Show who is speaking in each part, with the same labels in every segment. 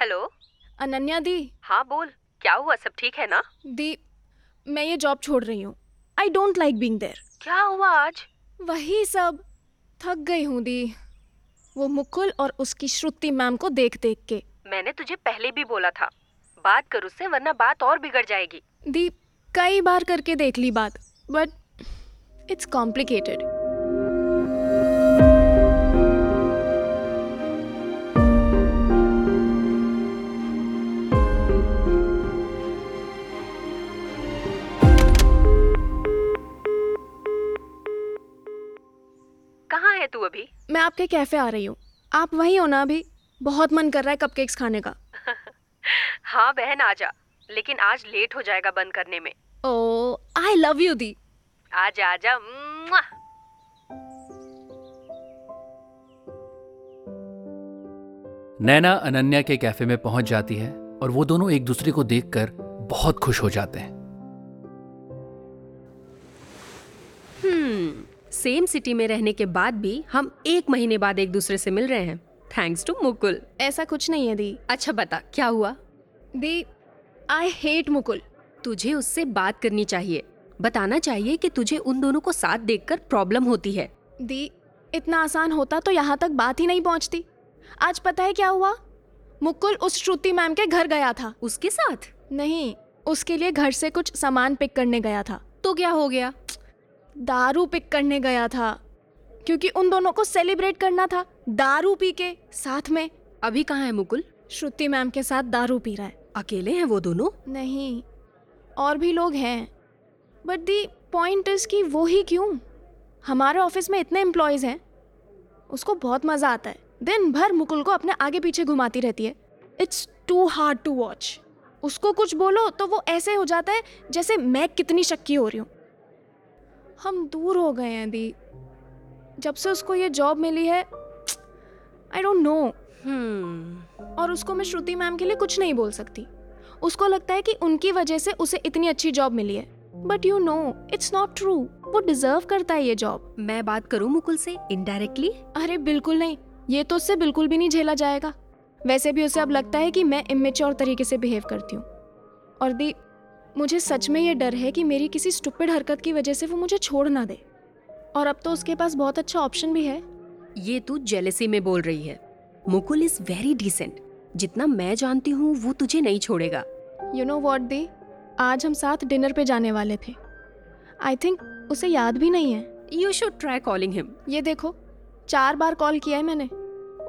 Speaker 1: Hello
Speaker 2: Ananya दी
Speaker 1: हाँ बोल क्या हुआ सब ठीक है ना
Speaker 2: दी मैं ये जॉब छोड़ रही हूँ I don't like being there
Speaker 1: क्या हुआ आज
Speaker 2: वही सब थक गई हूँ दी वो मुकुल और उसकी श्रुति मैम को देख देख के
Speaker 1: मैंने तुझे पहले भी बोला था बात कर उससे वरना बात और बिगड़ जाएगी
Speaker 2: दी कई बार करके देख ली बात बट इट्स कॉम्प्लिकेटेड
Speaker 1: कहाँ है तू अभी
Speaker 2: मैं आपके कैफ़े आ रही हूँ आप वहीं हो ना अभी बहुत मन कर रहा है कपकेक्स खाने का
Speaker 1: हाँ बहन आ जा लेकिन आज लेट हो जाएगा बंद करने में
Speaker 2: ओ आई लव यू दी
Speaker 1: आजा आजा मुआ।
Speaker 3: नैना अनन्या के कैफे में पहुंच जाती है और वो दोनों एक दूसरे को देखकर बहुत खुश हो जाते हैं
Speaker 4: हम्म सेम सिटी में रहने के बाद भी हम एक महीने बाद एक दूसरे से मिल रहे हैं थैंक्स टू मुकुल
Speaker 2: ऐसा कुछ नहीं है दी
Speaker 4: अच्छा बता क्या हुआ
Speaker 2: दी आई हेट मुकुल
Speaker 4: तुझे उससे बात करनी चाहिए बताना चाहिए कि तुझे उन दोनों को साथ देखकर प्रॉब्लम होती है
Speaker 2: दी इतना आसान होता तो यहाँ तक बात ही नहीं पहुँचती आज पता है क्या हुआ मुकुल उस श्रुति मैम के घर गया था
Speaker 4: उसके साथ
Speaker 2: नहीं उसके लिए घर से कुछ सामान पिक करने गया था
Speaker 4: तो क्या हो गया
Speaker 2: दारू पिक करने गया था क्योंकि उन दोनों को सेलिब्रेट करना था दारू पी के साथ में
Speaker 4: अभी कहाँ है मुकुल
Speaker 2: श्रुति मैम के साथ दारू पी रहा है
Speaker 4: अकेले हैं वो दोनों
Speaker 2: नहीं और भी लोग हैं बट दी पॉइंट इज कि वो ही क्यों हमारे ऑफिस में इतने एम्प्लॉयज़ हैं उसको बहुत मज़ा आता है दिन भर मुकुल को अपने आगे पीछे घुमाती रहती है it's too hard to watch उसको कुछ बोलो तो वो ऐसे हो जाता है जैसे मैं कितनी शक्की हो रही हूँ हम दूर हो गए हैं दी जब से उसको ये जॉब मिली है आई डोंट नो
Speaker 4: हम्म
Speaker 2: और उसको मैं श्रुति मैम के लिए कुछ नहीं बोल सकती उसको लगता है कि उनकी वजह से उसे इतनी अच्छी जॉब मिली है but you know it's not true वो डिजर्व करता है ये जॉब
Speaker 4: मैं बात करूँ मुकुल से इनडायरेक्टली
Speaker 2: अरे बिल्कुल नहीं ये तो उससे बिल्कुल भी नहीं झेला जाएगा वैसे भी उसे अब लगता है कि मैं इमेच्योर तरीके से बिहेव करती हूँ और दी मुझे सच में ये डर है कि मेरी किसी स्टुपिड हरकत की वजह से वो मुझे छोड़ ना दे और अब तो उसके पास बहुत अच्छा ऑप्शन भी है
Speaker 4: ये तू जेलेसी में बोल रही है मुकुल इज वेरी डिसेंट जितना मैं जानती हूँ वो तुझे नहीं छोड़ेगा
Speaker 2: यू नो वॉट दी आज हम साथ डिनर पे जाने वाले थे आई थिंक उसे याद भी नहीं है
Speaker 4: you should try calling him
Speaker 2: ये देखो चार बार कॉल किया है मैंने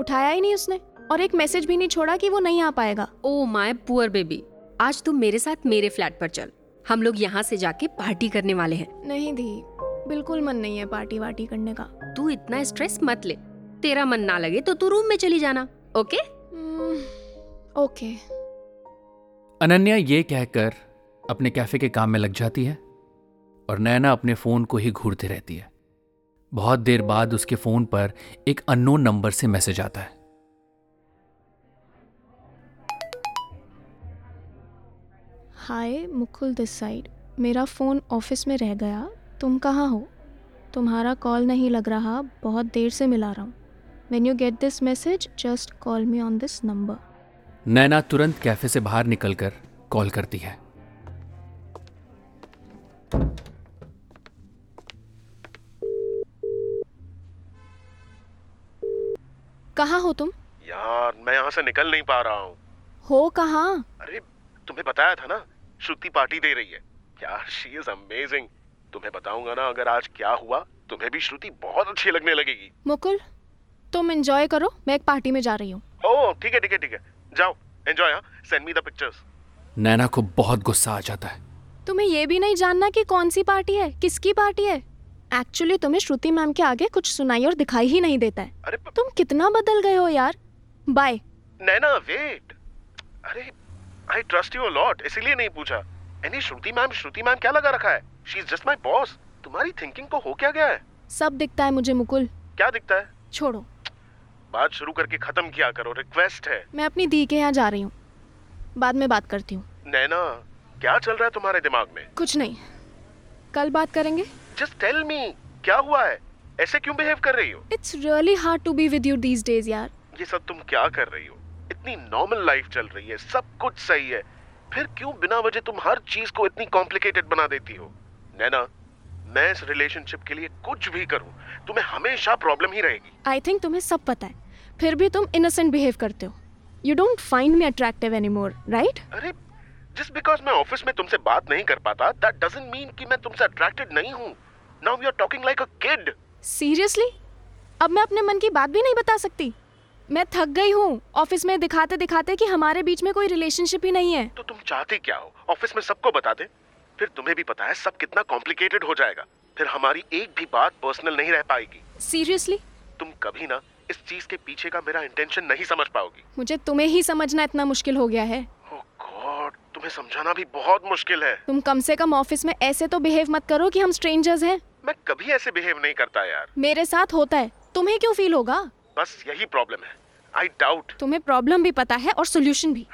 Speaker 2: उठाया ही नहीं उसने और एक मैसेज भी नहीं छोड़ा कि वो नहीं आ पाएगा
Speaker 4: ओ माय पुअर बेबी आज तुम मेरे साथ मेरे फ्लैट पर चल हम लोग यहाँ से जाके पार्टी करने वाले हैं
Speaker 2: नहीं दी बिल्कुल मन नहीं है पार्टी वार्टी करने का
Speaker 4: तू इतना स्ट्रेस मत ले तेरा मन ना लगे तो तू रूम में चली जाना ओके
Speaker 2: हम्म, ओके
Speaker 3: अनन्या ये कहकर अपने कैफे के काम में लग जाती है और नैना अपने फोन को ही घूरती रहती है बहुत देर बाद उसके फोन पर एक अननोन नंबर से मैसेज आता है
Speaker 2: हाय मुकुल दिस साइड मेरा फ़ोन ऑफिस में रह गया तुम कहाँ हो तुम्हारा कॉल नहीं लग रहा बहुत देर से मिला रहा हूँ when you get this message just call me on this number
Speaker 3: Naina तुरंत कैफे से बाहर निकलकर कॉल करती है
Speaker 2: कहाँ हो तुम
Speaker 5: यार मैं यहाँ से निकल नहीं पा रहा हूँ
Speaker 2: हो कहाँ
Speaker 5: अरे तुम्हें बताया था ना श्रुति पार्टी दे रही है यार शी इज अमेजिंग तुम्हें बताऊंगा ना अगर आज क्या हुआ तुम्हें भी श्रुति बहुत अच्छी लगने लगेगी
Speaker 2: मुकुल तुम एंजॉय करो मैं एक पार्टी में जा रही हूँ
Speaker 5: ओह ठीक है ठीक है ठीक है जाओ एंजॉय हाँ send me the pictures
Speaker 3: Naina को बहुत गुस्सा आ जाता है
Speaker 2: तुम्हें ये भी नहीं जानना कि कौन सी पार्टी है किसकी पार्टी है एक्चुअली तुम्हें श्रुति मैम के आगे कुछ सुनाई और दिखाई ही नहीं देता है
Speaker 5: अरे प-
Speaker 2: तुम कितना बदल गए हो यार बाय
Speaker 5: नैना वेट अरे I trust you a lot इसीलिए नहीं पूछा any Shruti ma'am Shruti ma'am क्या लगा रखा है she is just my boss तुम्हारी थिंकिंग को हो क्या गया है
Speaker 2: सब दिखता है मुझे मुकुल
Speaker 5: क्या दिखता है
Speaker 2: छोड़ो
Speaker 5: बात शुरू करके खत्म किया करो रिक्वेस्ट है
Speaker 2: मैं अपनी दी के यहाँ जा रही हूँ बाद में बात करती हूँ
Speaker 5: नैना क्या चल रहा है तुम्हारे दिमाग में
Speaker 2: कुछ नहीं कल बात करेंगे
Speaker 5: जस्ट टेल मी क्या हुआ है ऐसे क्यों बिहेव कर रही हो
Speaker 2: it's really hard to be with you these days यार
Speaker 5: ये सब तुम क्या कर रही हो कितनी नॉर्मल लाइफ चल रही है सब कुछ सही है फिर क्यों बिना वजह तुम हर चीज को इतनी कॉम्प्लिकेटेड बना देती हो नैना मैं इस रिलेशनशिप के लिए कुछ भी करूं तुम्हें हमेशा प्रॉब्लम ही रहेगी
Speaker 2: आई थिंक तुम्हें सब पता है फिर भी तुम इनोसेंट बिहेव करते हो you don't find me attractive any more right
Speaker 5: अरे जिस बिकॉज मैं ऑफिस में तुमसे बात नहीं कर पाता दैट डजंट मीन कि मैं तुमसे अट्रैक्टेड नहीं हूँ now you are talking like a kid
Speaker 2: seriously अब मैं अपने मन की बात भी नहीं बता सकती मैं थक गई हूँ ऑफिस में दिखाते दिखाते कि हमारे बीच में कोई रिलेशनशिप ही नहीं है
Speaker 5: तो तुम चाहते क्या हो ऑफिस में सबको बता दे फिर तुम्हें भी पता है सब कितना कॉम्प्लिकेटेड हो जाएगा फिर हमारी एक भी बात पर्सनल नहीं रह पाएगी
Speaker 2: सीरियसली
Speaker 5: तुम कभी ना इस चीज के पीछे का मेरा इंटेंशन नहीं समझ पाओगी
Speaker 2: मुझे तुम्हें ही समझना इतना मुश्किल हो गया है
Speaker 5: ओह गॉड तुम्हें समझाना भी बहुत मुश्किल है
Speaker 2: तुम कम से कम ऑफिस में ऐसे तो बिहेव मत करो कि हम स्ट्रेंजर्स हैं
Speaker 5: मैं कभी ऐसे बिहेव नहीं करता यार
Speaker 2: मेरे साथ होता है तुम्हें क्यों फील होगा
Speaker 5: बस यही प्रॉब्लम है आई डाउट
Speaker 2: तुम्हें प्रॉब्लम भी पता है और सोल्यूशन भी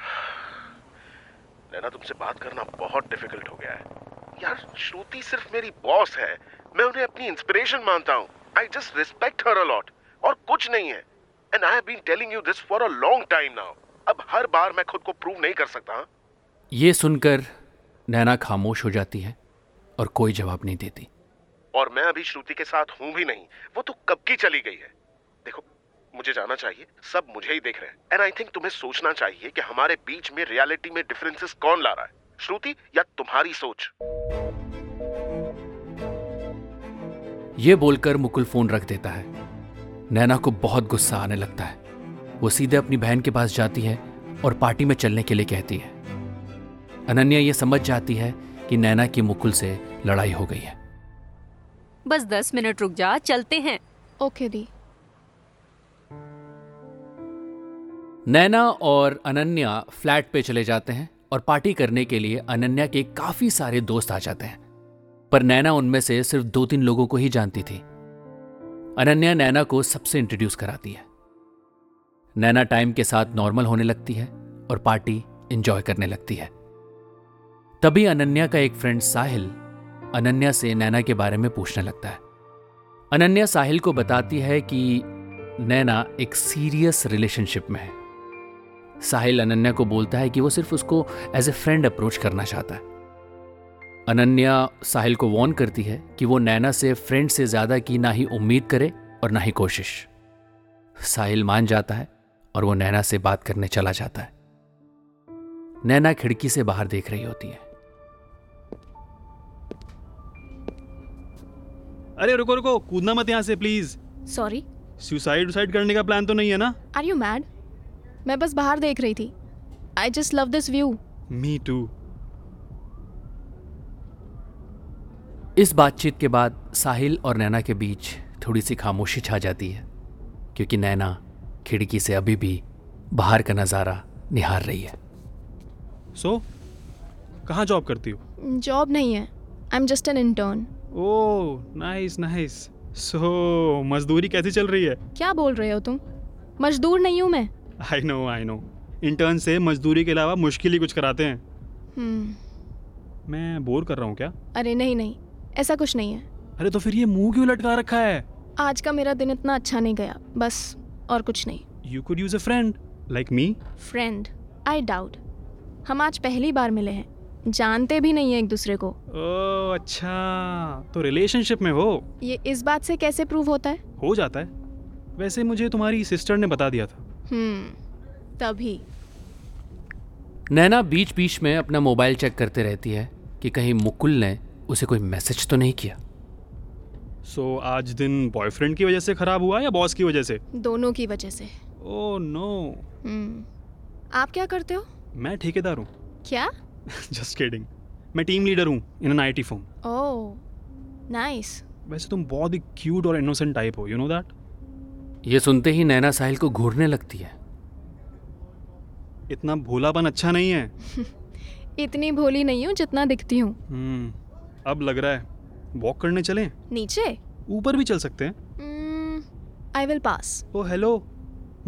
Speaker 5: नैना तुमसे बात करना बहुत डिफिकल्ट हो गया है यार श्रुति सिर्फ मेरी बॉस है मैं उन्हें अपनी इंस्पिरेशन मानता हूँ I just respect her a lot और कुछ नहीं है and I have been telling you this for a long time now अब हर बार मैं खुद को प्रूव नहीं कर सकता हाँ?
Speaker 3: ये सुनकर नैना खामोश हो जाती है और कोई जवाब नहीं देती
Speaker 5: और मैं अभी श्रुति के साथ हूँ भी नहीं वो तो कब की चली गई है देखो मुझे जाना चाहिए सब मुझे ही देख रहे हैं एंड आई थिंक तुम्हें सोचना चाहिए कि हमारे बीच में रियलिटी में डिफरेंसेस कौन ला रहा है श्रुति या तुम्हारी सोच
Speaker 3: ये बोलकर मुकुल फोन रख देता है नैना को बहुत गुस्सा आने लगता है वो सीधे अपनी बहन के पास जाती है और पार्टी में चलने के लिए कहती है अनन्या ये समझ जाती है कि नैना की मुकुल से लड़ाई हो गई है
Speaker 4: बस दस मिनट रुक जा चलते हैं
Speaker 2: ओके दी
Speaker 3: नैना और अनन्या फ्लैट पे चले जाते हैं और पार्टी करने के लिए अनन्या के काफी सारे दोस्त आ जाते हैं पर नैना उनमें से सिर्फ दो तीन लोगों को ही जानती थी अनन्या नैना को सबसे इंट्रोड्यूस कराती है नैना टाइम के साथ नॉर्मल होने लगती है और पार्टी एंजॉय करने लगती है तभी अनन्या का एक फ्रेंड साहिल अनन्या से नैना के बारे में पूछने लगता है अनन्या साहिल को बताती है कि नैना एक सीरियस रिलेशनशिप में है साहिल अनन्या को बोलता है कि वो सिर्फ उसको एज ए फ्रेंड अप्रोच करना चाहता है अनन्या साहिल को वॉर्न करती है कि वो नैना से फ्रेंड से ज्यादा की ना ही उम्मीद करे और ना ही कोशिश साहिल मान जाता है और वो नैना से बात करने चला जाता है नैना खिड़की से बाहर देख रही होती है
Speaker 6: अरे रुको रुको कूदना मत यहाँ से प्लीज
Speaker 2: सॉरी
Speaker 6: सुसाइड सुसाइड करने का प्लान तो नहीं है ना
Speaker 2: आर यू मैड मैं बस बाहर देख रही थी I just love this view
Speaker 6: me too
Speaker 3: इस बातचीत के बाद साहिल और नैना के बीच थोड़ी सी खामोशी छा जाती है क्योंकि नैना खिड़की से अभी भी बाहर का नज़ारा निहार रही है
Speaker 6: सो कहाँ जॉब करती हो
Speaker 2: जॉब नहीं है I am just an intern
Speaker 6: oh nice nice so मजदूरी कैसी चल रही है
Speaker 2: क्या बोल रहे हो तुम मजदूर नहीं हूँ मैं
Speaker 6: I know I know intern से मजदूरी के अलावा मुश्किल ही कुछ कराते हैं
Speaker 2: हम्म,
Speaker 6: मैं बोर कर रहा हूँ क्या
Speaker 2: अरे नहीं नहीं ऐसा कुछ नहीं है
Speaker 6: अरे तो फिर ये मुंह क्यों लटका रखा है
Speaker 2: आज का मेरा दिन इतना अच्छा नहीं गया बस और कुछ नहीं
Speaker 6: you could use a friend like me
Speaker 2: friend I doubt हम आज पहली बार मिले हैं जानते भी नहीं है एक दूसरे को
Speaker 6: ओ अच्छा तो रिलेशनशिप में हो
Speaker 2: ये इस बात से कैसे प्रूव होता है
Speaker 6: हो जाता है वैसे मुझे तुम्हारी सिस्टर ने बता दिया था
Speaker 2: हम्म तभी
Speaker 3: नैना बीच बीच में अपना मोबाइल चेक करते रहती है कि कहीं मुकुल ने उसे कोई मैसेज तो नहीं किया
Speaker 6: सो आज दिन बॉयफ्रेंड की वजह से खराब हुआ या बॉस की वजह से
Speaker 2: दोनों की वजह से
Speaker 6: ओ नो
Speaker 2: हम्म आप क्या करते हो
Speaker 6: मैं ठेकेदार हूँ
Speaker 2: क्या
Speaker 6: जस्ट किडिंग मैं टीम लीडर हूँ in an IT firm
Speaker 2: oh nice
Speaker 6: वैसे तुम बहुत ही क्यूट और इनोसेंट टाइप हो यू नो दैट
Speaker 3: ये सुनते ही नैना साहिल को घूरने लगती है
Speaker 6: इतना भोलापन अच्छा नहीं है
Speaker 2: इतनी भोली नहीं हूँ जितना दिखती हूँ
Speaker 6: हम्म, अब लग रहा है वॉक करने चलें
Speaker 2: नीचे
Speaker 6: ऊपर भी चल सकते हैं
Speaker 2: hmm, I will pass
Speaker 6: oh hello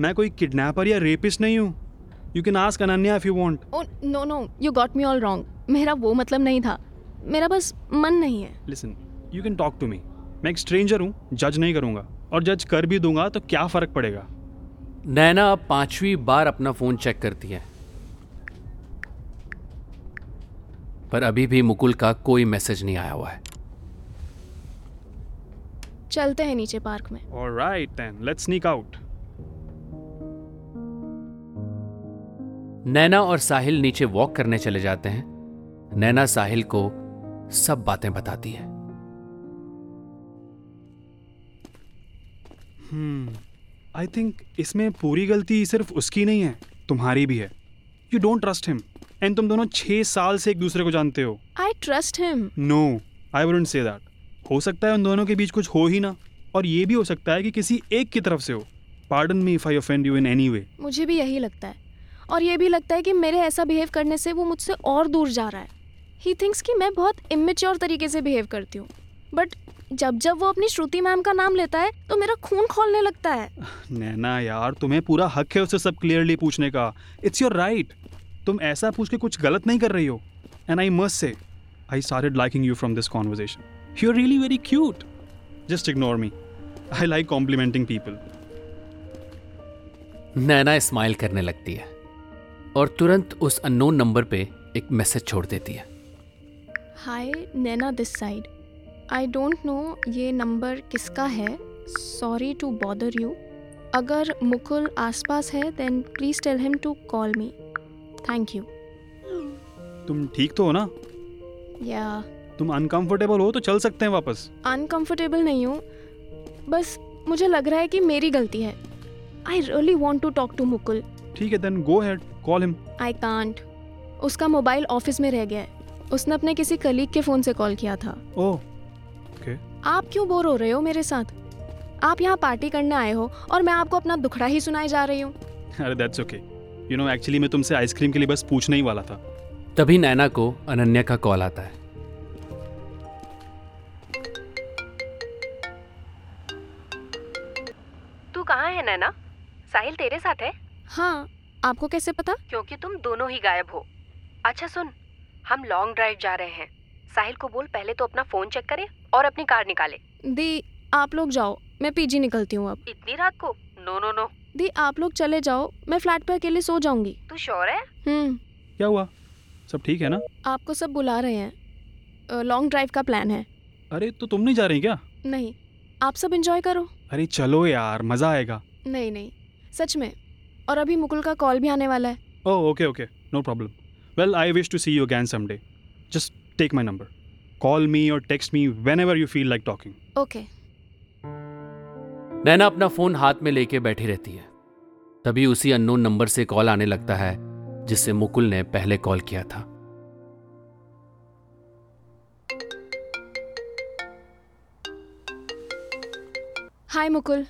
Speaker 6: मैं कोई किडनैपर या रेपिस्ट नहीं हूँ you can ask Ananya if you want
Speaker 2: oh no no you got me all wrong मेरा वो मतलब नहीं था मेरा बस मन नहीं है
Speaker 6: listen you can talk to me मैं एक स्ट्रेंजर हूँ जज नहीं करूँगा और जज कर भी दूंगा तो क्या फ़र्क पड़ेगा
Speaker 3: नैना अब पांचवी बार अपना फोन चेक करती है पर अभी भी मुकुल का कोई मैसेज नहीं आया हुआ है
Speaker 2: चलते हैं नीचे पार्क में
Speaker 6: All right then, let's sneak out.
Speaker 3: Naina और साहिल नीचे वॉक करने चले जाते हैं नैना साहिल को सब बातें बताती है
Speaker 6: आई थिंक इसमें पूरी गलती सिर्फ उसकी नहीं है तुम्हारी भी है you don't trust him and तुम दोनों छः साल से एक दूसरे को जानते हो
Speaker 2: I trust him
Speaker 6: no I wouldn't say that हो सकता है उन दोनों के बीच कुछ हो ही ना और ये भी हो सकता है कि किसी एक की तरफ से हो pardon me if I offend you in any way
Speaker 2: मुझे भी यही लगता है और ये भी लगता है कि मेरे ऐसा बिहेव करने से वो मुझसे और दूर जा रहा है ही थिंक्स कि मैं बहुत इमेच्योर तरीके से बिहेव करती हूँ बट जब जब वो अपनी श्रुति मैम का नाम लेता है तो मेरा खून खौलने लगता है
Speaker 6: नैना यार तुम्हें पूरा हक है उससे सब क्लियरली पूछने का इट्स योर राइट तुम ऐसा पूछ के कुछ गलत नहीं कर रही हो and I must say I started liking you from this conversation you are really very cute just ignore me I like complimenting people
Speaker 3: Naina smile करने लगती है और तुरंत उस अननोन नंबर पे एक मैसेज छोड़ देती है
Speaker 2: hi Naina this side I don't know ये नंबर किसका है सॉरी टू बॉदर यू अगर मुकुल आसपास है then please tell him to call me thank you
Speaker 6: तुम ठीक तो हो ना
Speaker 2: या
Speaker 6: तुम अनकंफर्टेबल हो तो चल सकते हैं वापस
Speaker 2: अनकंफर्टेबल नहीं हूँ बस मुझे लग रहा है कि मेरी गलती है I really want to talk to Mukul
Speaker 6: ठीक है then go ahead call him
Speaker 2: I can't उसका मोबाइल ऑफिस में रह गया है उसने अपने किसी कलीग के फ़ोन से कॉल किया था
Speaker 6: ओह
Speaker 2: आप क्यों बोर हो रहे हो मेरे साथ आप यहाँ पार्टी करने आए हो और मैं आपको अपना दुखड़ा ही सुनाए जा रही हूँ
Speaker 6: अरे that's okay you know actually मैं तुमसे आइसक्रीम के लिए बस पूछने ही वाला था
Speaker 3: तभी नैना को अनन्या का कॉल आता है
Speaker 1: तू कहाँ है नैना साहिल तेरे साथ है
Speaker 2: हाँ आपको कैसे पता
Speaker 1: क्योंकि तुम दोनों ही गायब हो अच्छा सुन हम लॉन्ग ड्राइव जा रहे हैं साहिल को बोल पहले तो अपना फोन चेक करे और अपनी कार निकाले
Speaker 2: दी आप लोग जाओ मैं पीजी निकलती हूँ अब
Speaker 1: इतनी रात को नो नो नो
Speaker 2: दी आप लोग चले जाओ मैं फ्लैट पे अकेले सो जाऊंगी
Speaker 1: तू श्योर है
Speaker 2: हम्म
Speaker 6: क्या हुआ सब ठीक है ना
Speaker 2: आपको सब बुला रहे हैं लॉन्ग ड्राइव का प्लान है
Speaker 6: अरे तो तुम नहीं जा रही क्या
Speaker 2: नहीं आप सब इंजॉय करो
Speaker 6: अरे चलो यार मज़ा आएगा
Speaker 2: नहीं नहीं सच में और अभी मुकुल का कॉल भी आने वाला है
Speaker 6: Oh, okay, okay. No problem. Well, I wish to see you again someday. Just take my number. Call me or text me whenever you feel like talking.
Speaker 2: Okay
Speaker 3: Naina अपना फोन हाथ में लेके बैठी रहती है तभी उसी अननोन नंबर से कॉल आने लगता है जिससे मुकुल ने पहले कॉल किया था
Speaker 2: hi Mukul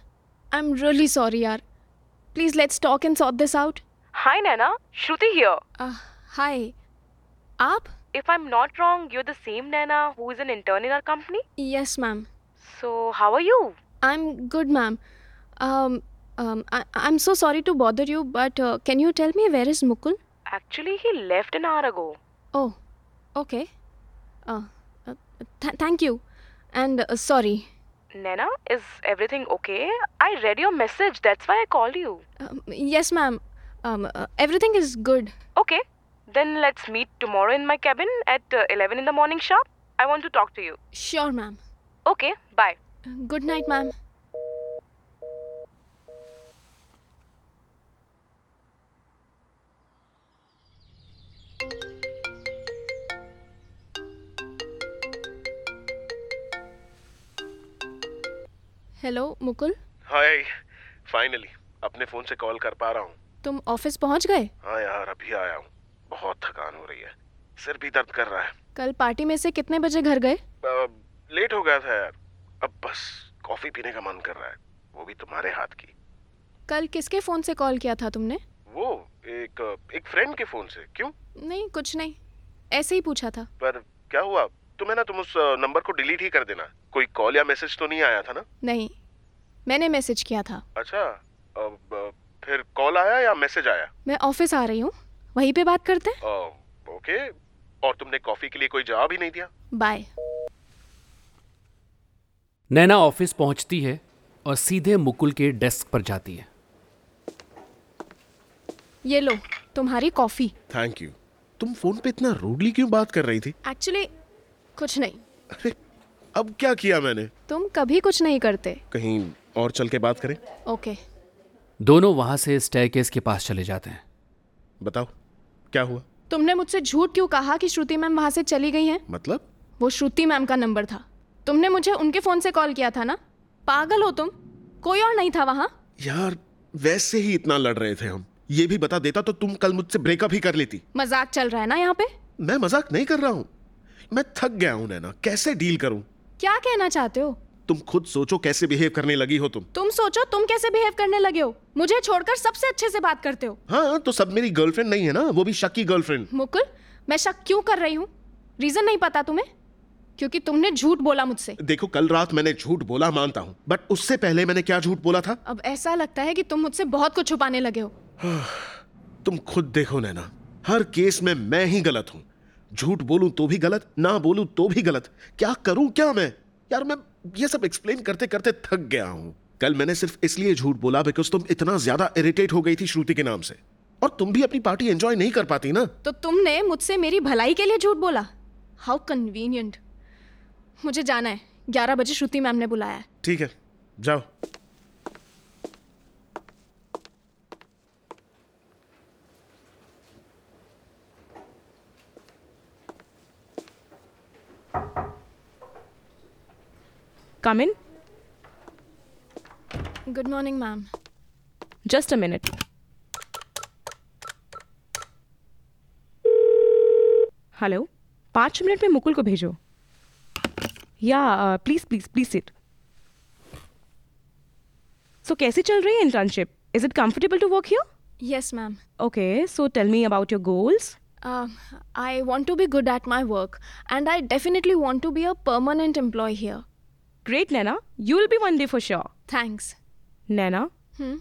Speaker 2: I am really sorry यार please let's talk and sort this out
Speaker 7: Hi Nana, Shruti here.
Speaker 2: Hi Uh, आप
Speaker 7: If I'm not wrong, you're the same Nana who is an intern in our company.
Speaker 2: Yes ma'am
Speaker 7: So, how are you?
Speaker 2: I am good ma'am Um, I am so sorry to bother you but can you tell me where is Mukul
Speaker 7: Actually, he left an hour ago.
Speaker 2: Oh okay Uh, thank you and sorry
Speaker 7: Nana, is everything okay? I read your message, that's why I called you.
Speaker 2: Yes ma'am Um, uh, everything is good
Speaker 7: Okay, then let's meet tomorrow in my cabin at uh, 11 in the morning sharp. I want to talk to you.
Speaker 2: Sure ma'am
Speaker 7: Okay, bye.
Speaker 2: Good night ma'am hello Mukul
Speaker 5: hi finally अपने phone से call कर पा रहा हूँ
Speaker 2: तुम office पहुंच गए
Speaker 5: हाँ यार अभी आया हूँ बहुत थकान हो रही है सिर भी दर्द कर रहा है
Speaker 2: कल पार्टी में से कितने बजे घर गए
Speaker 5: अब लेट हो गया था यार अब बस कॉफी पीने का मन कर रहा है वो भी तुम्हारे हाथ की
Speaker 2: कल किसके फ़ोन से कॉल किया था तुमने
Speaker 5: वो एक एक फ्रेंड के फोन से क्यों
Speaker 2: नहीं कुछ नहीं ऐसे ही पूछा था
Speaker 5: पर क्या हुआ तुम्हें ना तुम उस अ, नंबर को डिलीट ही कर देना कोई कॉल या मैसेज तो नहीं आया था ना
Speaker 2: नहीं मैंने मैसेज किया था
Speaker 5: अच्छा अब अ, फिर कॉल आया या मैसेज आया
Speaker 2: मैं ऑफिस आ रही हूँ वहीं पे बात करते हैं
Speaker 5: अ, ओके और तुमने कॉफी के लिए कोई जवाब ही नहीं दिया
Speaker 2: बाय
Speaker 3: नैना ऑफिस पहुंचती है और सीधे मुकुल के डेस्क पर जाती है
Speaker 2: ये लो तुम्हारी कॉफ़ी
Speaker 5: थैंक यू तुम फोन पे इतना रूडली क्यों बात कर रही थी
Speaker 2: एक्चुअली कुछ नहीं
Speaker 5: अरे अब क्या किया मैंने
Speaker 2: तुम कभी कुछ नहीं करते
Speaker 5: कहीं और चल के बात करें
Speaker 2: ओके
Speaker 3: दोनों वहां से स्टेयरकेस के पास चले जाते हैं
Speaker 5: बताओ क्या हुआ
Speaker 2: तुमने मुझसे झूठ क्यों कहा कि श्रुति मैम वहाँ से चली गई हैं
Speaker 5: मतलब
Speaker 2: वो श्रुति मैम का नंबर था तुमने मुझे उनके फ़ोन से कॉल किया था ना पागल हो तुम कोई और नहीं था वहाँ
Speaker 5: यार वैसे ही इतना लड़ रहे थे हम ये भी बता देता तो तुम कल मुझसे ब्रेकअप ही कर लेती
Speaker 2: मजाक चल रहा है ना यहाँ पे
Speaker 5: मैं मजाक नहीं कर रहा हूँ मैं थक गया हूँ नैना कैसे डील करूँ
Speaker 2: क्या कहना चाहते हो
Speaker 5: तुम खुद सोचो कैसे बिहेव करने लगी हो तुम
Speaker 2: तुम सोचो तुम कैसे बिहेव करने लगे हो मुझे छोड़कर सबसे अच्छे से बात करते हो
Speaker 5: हाँ तो सब मेरी गर्लफ्रेंड नहीं है ना वो भी शकी गर्लफ्रेंड
Speaker 2: मुकुल मैं शक क्यों कर रही हूँ रीजन नहीं पता तुम्हें क्योंकि तुमने झूठ बोला मुझसे
Speaker 5: देखो कल रात मैंने झूठ बोला मानता हूँ बट उससे पहले मैंने क्या झूठ बोला था
Speaker 2: अब ऐसा लगता है कि तुम मुझसे बहुत कुछ छुपाने लगे हो
Speaker 5: तुम खुद देखो नैना हर केस में मैं ही गलत हूँ झूठ बोलूं तो भी गलत ना बोलूं तो भी गलत क्या करूं क्या मैं यार मैं ये सब एक्सप्लेन करते करते थक गया हूँ कल मैंने सिर्फ इसलिए झूठ बोला बिकॉज तुम इतना ज्यादा इरिटेट हो गई थी श्रुति के नाम से और तुम भी अपनी पार्टी एंजॉय नहीं कर पाती ना
Speaker 2: तो तुमने मुझसे मेरी भलाई के लिए झूठ बोला हाउ कन्वीनियंट मुझे जाना है ग्यारह बजे श्रुति मैम ने बुलाया है
Speaker 5: ठीक है जाओ
Speaker 7: Come in.
Speaker 2: Good morning ma'am
Speaker 7: Just a minute. Hello पाँच मिनट में मुकुल को भेजो या uh, please please please sit so कैसी चल रही है internship is it comfortable to work here
Speaker 2: yes ma'am
Speaker 7: okay so tell me about your goals
Speaker 2: Uh, I want to be good at my work and I definitely want to be a permanent employee here
Speaker 7: great Naina you will be one day for sure
Speaker 2: thanks
Speaker 7: Naina
Speaker 2: Hmm?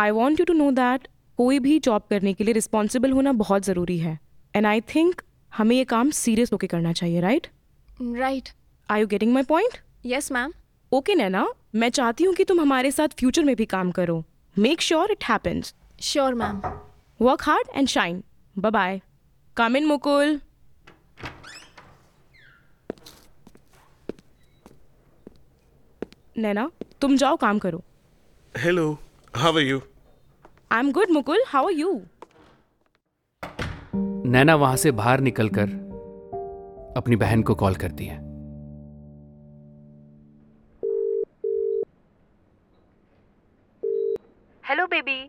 Speaker 7: I want you to know that कोई भी job करने के लिए responsible होना बहुत ज़रूरी है and I think हमें ये काम सीरियस होकर करना चाहिए right
Speaker 2: right
Speaker 7: I you getting my point
Speaker 2: yes ma'am
Speaker 7: okay Naina मैं चाहती हूँ कि तुम हमारे साथ फ्यूचर में भी काम करो make sure it happens
Speaker 2: sure ma'am
Speaker 7: work hard and shine bye bye come in Mukul Naina तुम जाओ काम करो
Speaker 5: hello how are you
Speaker 7: I am good Mukul how are you
Speaker 3: Naina वहां से बाहर निकलकर अपनी बहन को कॉल करती है
Speaker 1: हेलो बेबी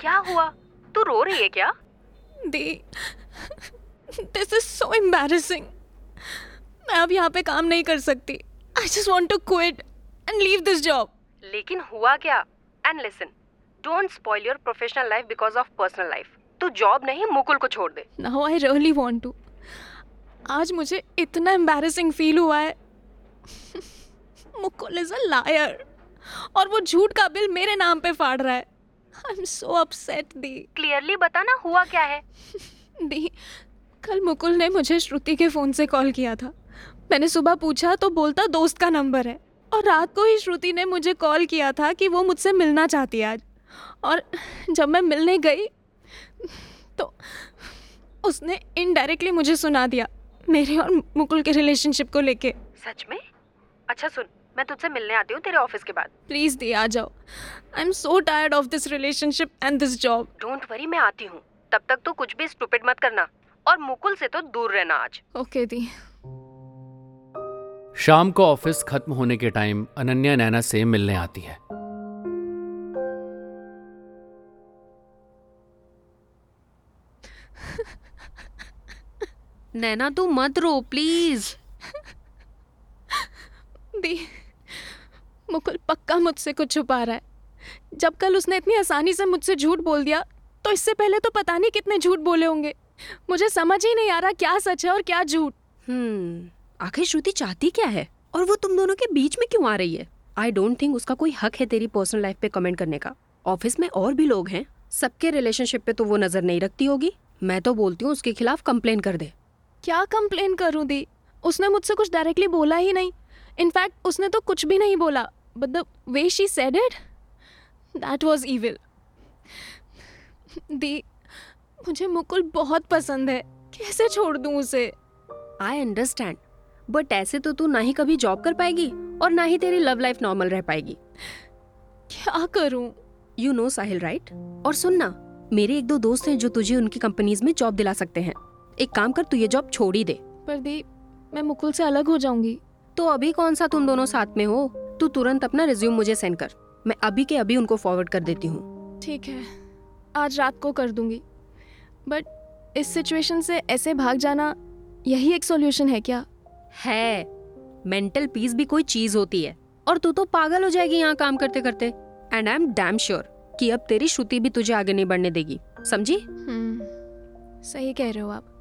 Speaker 1: क्या हुआ तू रो रही है क्या
Speaker 2: दी दिस इज सो एम्बेरसिंग मैं अब यहाँ पे काम नहीं कर सकती I just want to quit and leave this job
Speaker 1: लेकिन हुआ क्या and listen don't spoil your professional life because of personal life तू जॉब नहीं मुकुल को छोड़ दे
Speaker 2: now I really want to आज मुझे इतना एम्बेरसिंग फील हुआ है मुकुल इज अ लायर और वो झूठ का बिल मेरे नाम पे फाड़ रहा है आई एम सो अपसेट दी
Speaker 1: क्लियरली बताना हुआ क्या है
Speaker 2: दी कल मुकुल ने मुझे श्रुति के फ़ोन से कॉल किया था मैंने सुबह पूछा तो बोलता दोस्त का नंबर है और रात को ही श्रुति ने मुझे कॉल किया था कि वो मुझसे मिलना चाहती है आज और जब मैं मिलने गई तो उसने इनडायरेक्टली मुझे सुना दिया मेरे और मुकुल के रिलेशनशिप को लेके
Speaker 1: सच में अच्छा सुन मैं तुझसे मिलने आती हूँ तेरे ऑफिस के बाद
Speaker 2: प्लीज़ दी आ जाओ I am so tired of this relationship and this job
Speaker 1: don't worry मैं आती हूँ तब तक तो कुछ भी स्टूपिड मत करना और मुकुल से तो दूर रहना आज
Speaker 2: ओके दी
Speaker 3: शाम को ऑफिस खत्म होने के टाइम अनन्या नैना से मिलने आती है
Speaker 4: नैना तू मत रो प्लीज
Speaker 2: दी मुकुल पक्का मुझसे कुछ छुपा रहा है जब कल उसने इतनी आसानी से मुझसे झूठ बोल दिया तो इससे पहले तो पता नहीं कितने झूठ बोले होंगे मुझे समझ ही नहीं आ रहा क्या सच है और क्या झूठ
Speaker 4: हम्म आखिर श्रुति चाहती क्या है और वो तुम दोनों के बीच में क्यों आ रही है आई डोंट थिंक उसका कोई हक है तेरी पर्सनल लाइफ पे कमेंट करने का ऑफिस में और भी लोग हैं सबके रिलेशनशिप पे तो वो नजर नहीं रखती होगी मैं तो बोलती हूँ उसके खिलाफ कंप्लेन कर दे
Speaker 2: क्या कंप्लेन करूं दी उसने मुझसे कुछ डायरेक्टली बोला मतलब, ही नहीं इनफैक्ट उसने तो कुछ भी नहीं बोला but the way she said it that was evil दी मुझे मुकुल बहुत पसंद है कैसे छोड़ दूं उसे
Speaker 4: आई अंडरस्टैंड बट ऐसे तो तू ना ही कभी जॉब कर पाएगी और ना ही तेरी लव लाइफ नॉर्मल रह पाएगी
Speaker 2: क्या करूं
Speaker 4: यू नो साहिल राइट और सुनना मेरे एक दो दोस्त हैं जो तुझे उनकी कंपनीज में जॉब दिला सकते हैं एक काम कर तू ये जॉब छोड़ ही दे
Speaker 2: पर दी मैं मुकुल से अलग हो जाऊंगी
Speaker 4: तो अभी कौन सा तुम दोनों साथ में हो तू तुरंत अपना रिज्यूम मुझे सेंड कर मैं अभी के अभी उनको फॉरवर्ड कर देती हूँ
Speaker 2: ठीक है आज रात को कर दूंगी बट इस सिचुएशन से ऐसे भाग जाना यही एक सॉल्यूशन है क्या
Speaker 4: है मेंटल पीस भी कोई चीज होती है और तू तो पागल हो जाएगी यहाँ काम करते करते and I am damn sure कि अब तेरी श्रुति भी तुझे आगे नहीं बढ़ने देगी समझी
Speaker 2: हम्म सही कह रहे हो आप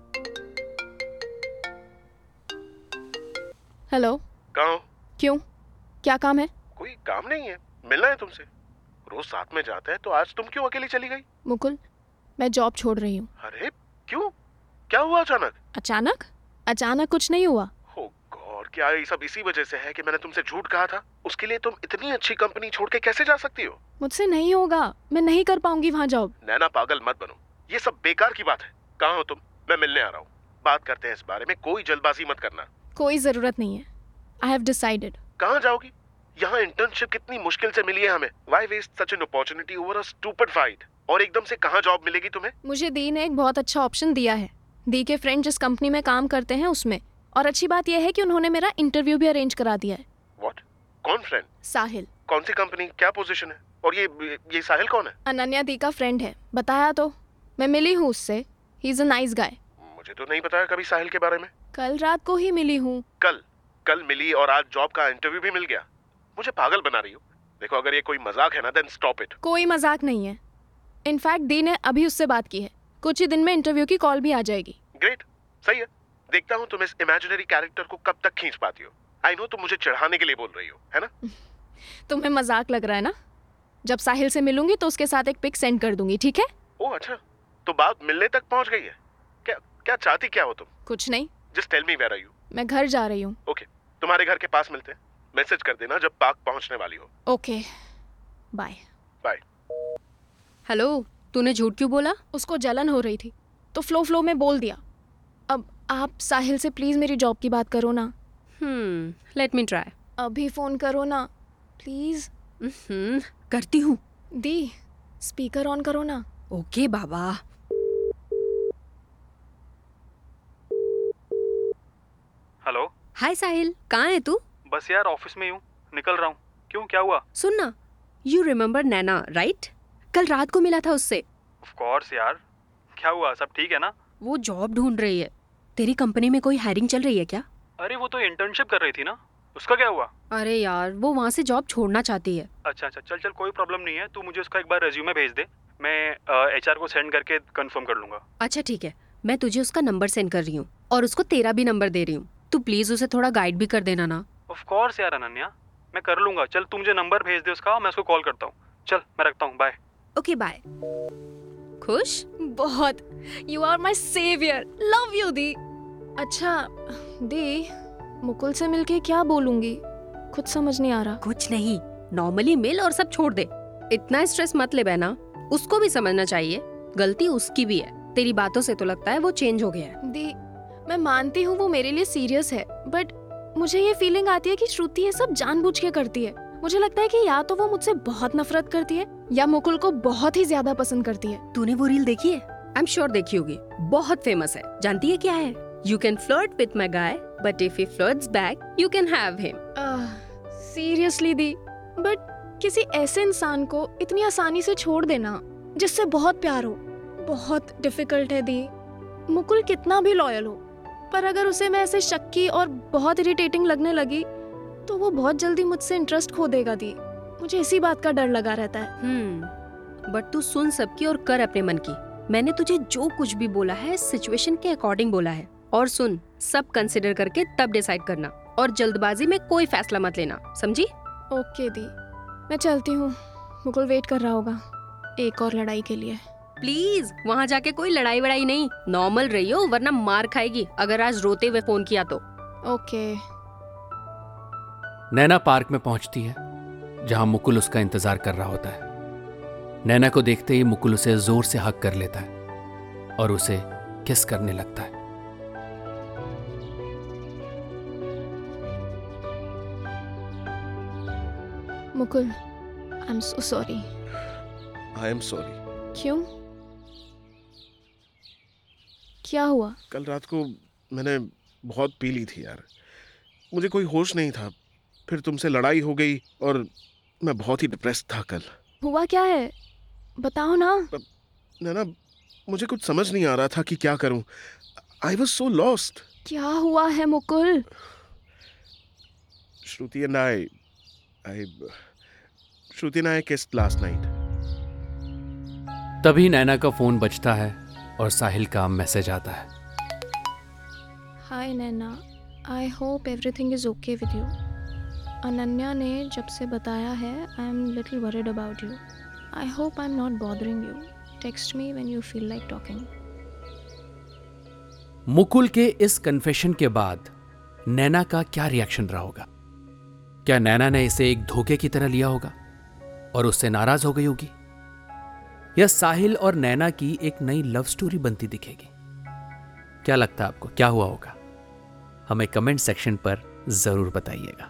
Speaker 2: हेलो
Speaker 5: कहाँ हो?
Speaker 2: क्यों क्या काम है
Speaker 5: कोई काम नहीं है मिलना है तुमसे रोज साथ में जाते हैं तो आज तुम क्यों अकेली चली गई
Speaker 2: मुकुल मैं जॉब छोड़ रही हूँ
Speaker 5: अरे क्यों क्या हुआ अचानक
Speaker 2: अचानक अचानक कुछ नहीं हुआ
Speaker 5: ओ गॉड क्या ये सब इसी वजह से है कि मैंने तुमसे झूठ कहा था उसके लिए तुम इतनी अच्छी कंपनी छोड़ के कैसे जा सकती हो
Speaker 2: मुझसे नहीं होगा मैं नहीं कर पाऊंगी वहाँ जॉब
Speaker 5: नैना पागल मत बनो ये सब बेकार की बात है कहाँ हो तुम मैं मिलने आ रहा हूँ बात करते हैं इस बारे में कोई जल्दबाजी मत करना
Speaker 2: कोई ज़रूरत नहीं है आई हैव डिसाइडेड
Speaker 5: कहाँ जाओगी यहाँ इंटर्नशिप कितनी मुश्किल से मिली है हमें why waste such an opportunity over a stupid fight और एकदम से कहाँ जॉब मिलेगी तुम्हें
Speaker 2: मुझे दी ने एक बहुत अच्छा ऑप्शन दिया है दी के फ्रेंड जिस कंपनी में काम करते हैं उसमें और अच्छी बात यह है कि उन्होंने मेरा इंटरव्यू भी अरेंज करा दिया है
Speaker 5: व्हाट कौन फ्रेंड
Speaker 2: साहिल
Speaker 5: कौन सी कंपनी क्या पोजीशन है और ये ये साहिल कौन है
Speaker 2: अनन्या दी का फ्रेंड है बताया तो मैं मिली हूँ उससे ही इज़ अ नाइस गाय
Speaker 5: मुझे तो नहीं पता है कभी साहिल के बारे में
Speaker 2: कल रात को ही मिली हूँ
Speaker 5: कल कल मिली और आज जॉब का इंटरव्यू भी मिल गया मुझे पागल बना रही हो देखो अगर ये कोई मजाक है ना देन स्टॉप इट
Speaker 2: कोई मजाक नहीं है इनफैक्ट दी ने अभी उससे बात की है कुछ ही दिन में इंटरव्यू की कॉल भी आ जाएगी
Speaker 5: ग्रेट सही है देखता हूँ तुम इस इमेजिनरी कैरेक्टर को कब तक खींच पाती हो आई नो तुम मुझे चढ़ाने के लिए बोल रही हो है ना
Speaker 2: तुम्हें मजाक लग रहा है ना जब साहिल से मिलूंगी तो उसके साथ एक पिक सेंड कर दूंगी ठीक है
Speaker 5: ओ अच्छा तो बात मिलने तक पहुंच गई है क्या क्या चाहती क्या हो तुम
Speaker 2: कुछ नहीं
Speaker 5: just tell me where are you
Speaker 2: मैं घर जा रही हूँ
Speaker 5: ओके तुम्हारे घर के पास मिलते हैं मैसेज कर देना जब पार्क पहुंचने वाली हो
Speaker 2: ओके बाय
Speaker 5: बाय
Speaker 4: हेलो तूने झूठ क्यों बोला
Speaker 2: उसको जलन हो रही थी तो फ्लो फ्लो में बोल दिया अब आप साहिल से प्लीज़ मेरी जॉब की बात करो ना
Speaker 4: हम्म लेट मी ट्राई
Speaker 2: अभी फ़ोन करो ना प्लीज़
Speaker 4: हम्म करती हूँ
Speaker 2: दी स्पीकर ऑन करो ना
Speaker 4: ओके बाबा
Speaker 8: हेलो
Speaker 4: हाय साहिल कहाँ है तू
Speaker 8: बस यार ऑफिस में ही हूँ निकल रहा हूँ क्यों क्या हुआ
Speaker 4: सुन ना यू रिमेम्बर नैना राइट कल रात को मिला था उससे
Speaker 8: ऑफ कोर्स यार क्या हुआ सब ठीक है ना
Speaker 4: वो जॉब ढूंढ रही है तेरी कंपनी में कोई हायरिंग चल रही है क्या
Speaker 8: अरे वो तो इंटर्नशिप कर रही थी ना उसका क्या हुआ
Speaker 4: अरे यार वो वहाँ से जॉब छोड़ना चाहती है
Speaker 8: अच्छा अच्छा चल चल कोई प्रॉब्लम नहीं है तू मुझे उसका एक बार रेज्यूमे भेज दे मैं एच को सेंड करके कंफर्म कर लूँगा
Speaker 4: अच्छा ठीक है मैं तुझे उसका नंबर सेंड कर रही हूँ और उसको तेरा भी नंबर दे रही हूँ तू प्लीज़ उसे थोड़ा गाइड भी कर देना ना
Speaker 8: ऑफ कोर्स यार अनन्या मैं कर लूँगा चल तू मुझे नंबर भेज दे उसका मैं उसको कॉल करता हूँ चल मैं रखता हूँ बाय
Speaker 4: ओके बाय खुश
Speaker 2: बहुत you are my saviour love you दी अच्छा दी मुकुल से मिलके क्या बोलूँगी खुद समझ नहीं आ रहा
Speaker 4: कुछ नहीं नॉर्मली मिल और सब छोड़ दे इतना स्ट्रेस मत ले बहना उसको भी समझना चाहिए गलती उसकी भी है तेरी बातों से तो लगता है वो चेंज हो गया है
Speaker 2: दी मैं मानती हूँ वो मेरे लिए सीरियस है बट मुझे ये फीलिंग आती है कि श्रुति ये सब जानबूझ के करती है मुझे लगता है कि या तो वो मुझसे बहुत नफरत करती है या मुकुल को बहुत ही ज्यादा पसंद करती है
Speaker 4: तूने वो रील देखी है आई एम श्योर देखी होगी बहुत फेमस है जानती है क्या है you can flirt with my guy but if he flirts back you can have him
Speaker 2: seriously दी बट किसी ऐसे इंसान को इतनी आसानी से छोड़ देना जिससे बहुत प्यार हो बहुत डिफिकल्ट है दी मुकुल कितना भी लॉयल हो पर अगर उसे मैं ऐसे शक्की और बहुत इरिटेटिंग लगने लगी तो वो बहुत जल्दी मुझसे इंटरेस्ट खो देगा दी मुझे इसी बात का डर लगा रहता है
Speaker 4: बट हम्म, तू सुन सबकी और कर अपने मन की मैंने तुझे जो कुछ भी बोला है सिचुएशन के अकॉर्डिंग बोला है और सुन सब कंसिडर करके तब डिसाइड करना और जल्दबाजी में कोई फैसला मत लेना समझी
Speaker 2: ओके दी मैं चलती हूँ मुकुल वेट कर रहा होगा एक और लड़ाई के लिए
Speaker 4: प्लीज वहाँ जाके कोई लड़ाई वड़ाई नहीं नॉर्मल रही हो वरना मार खाएगी अगर आज रोते हुए फोन किया तो
Speaker 2: ओके
Speaker 3: नैना पार्क में पहुंचती है जहां मुकुल उसका इंतजार कर रहा होता है नैना को देखते ही मुकुल उसे जोर से हक कर लेता है और उसे किस करने लगता है
Speaker 2: Mukul I am so sorry
Speaker 5: I am sorry
Speaker 2: क्यों क्या हुआ
Speaker 5: कल रात को मैंने बहुत पी ली थी यार मुझे कोई होश नहीं था फिर तुमसे लड़ाई हो गई और मैं बहुत ही डिप्रेस था कल
Speaker 2: हुआ क्या है बताओ ना
Speaker 5: नैना मुझे कुछ समझ नहीं आ रहा था कि क्या करूं आई वॉज सो लॉस्ट
Speaker 2: क्या हुआ है Mukul
Speaker 5: Shruti and I, I, Shruti and I kissed last night.
Speaker 3: तभी नैना का फोन बजता है और साहिल का मैसेज आता है
Speaker 2: hi Naina I hope everything is okay with you Ananya ने जब से बताया है I am little worried about you I hope I am not bothering you text me when you feel like talking
Speaker 3: Mukul के इस कन्फेशन के बाद नैना का क्या रिएक्शन रहा होगा क्या नैना ने इसे एक धोखे की तरह लिया होगा और उससे नाराज हो गई होगी यह साहिल और नैना की एक नई लव स्टोरी बनती दिखेगी क्या लगता है आपको क्या हुआ होगा हमें कमेंट सेक्शन पर जरूर बताइएगा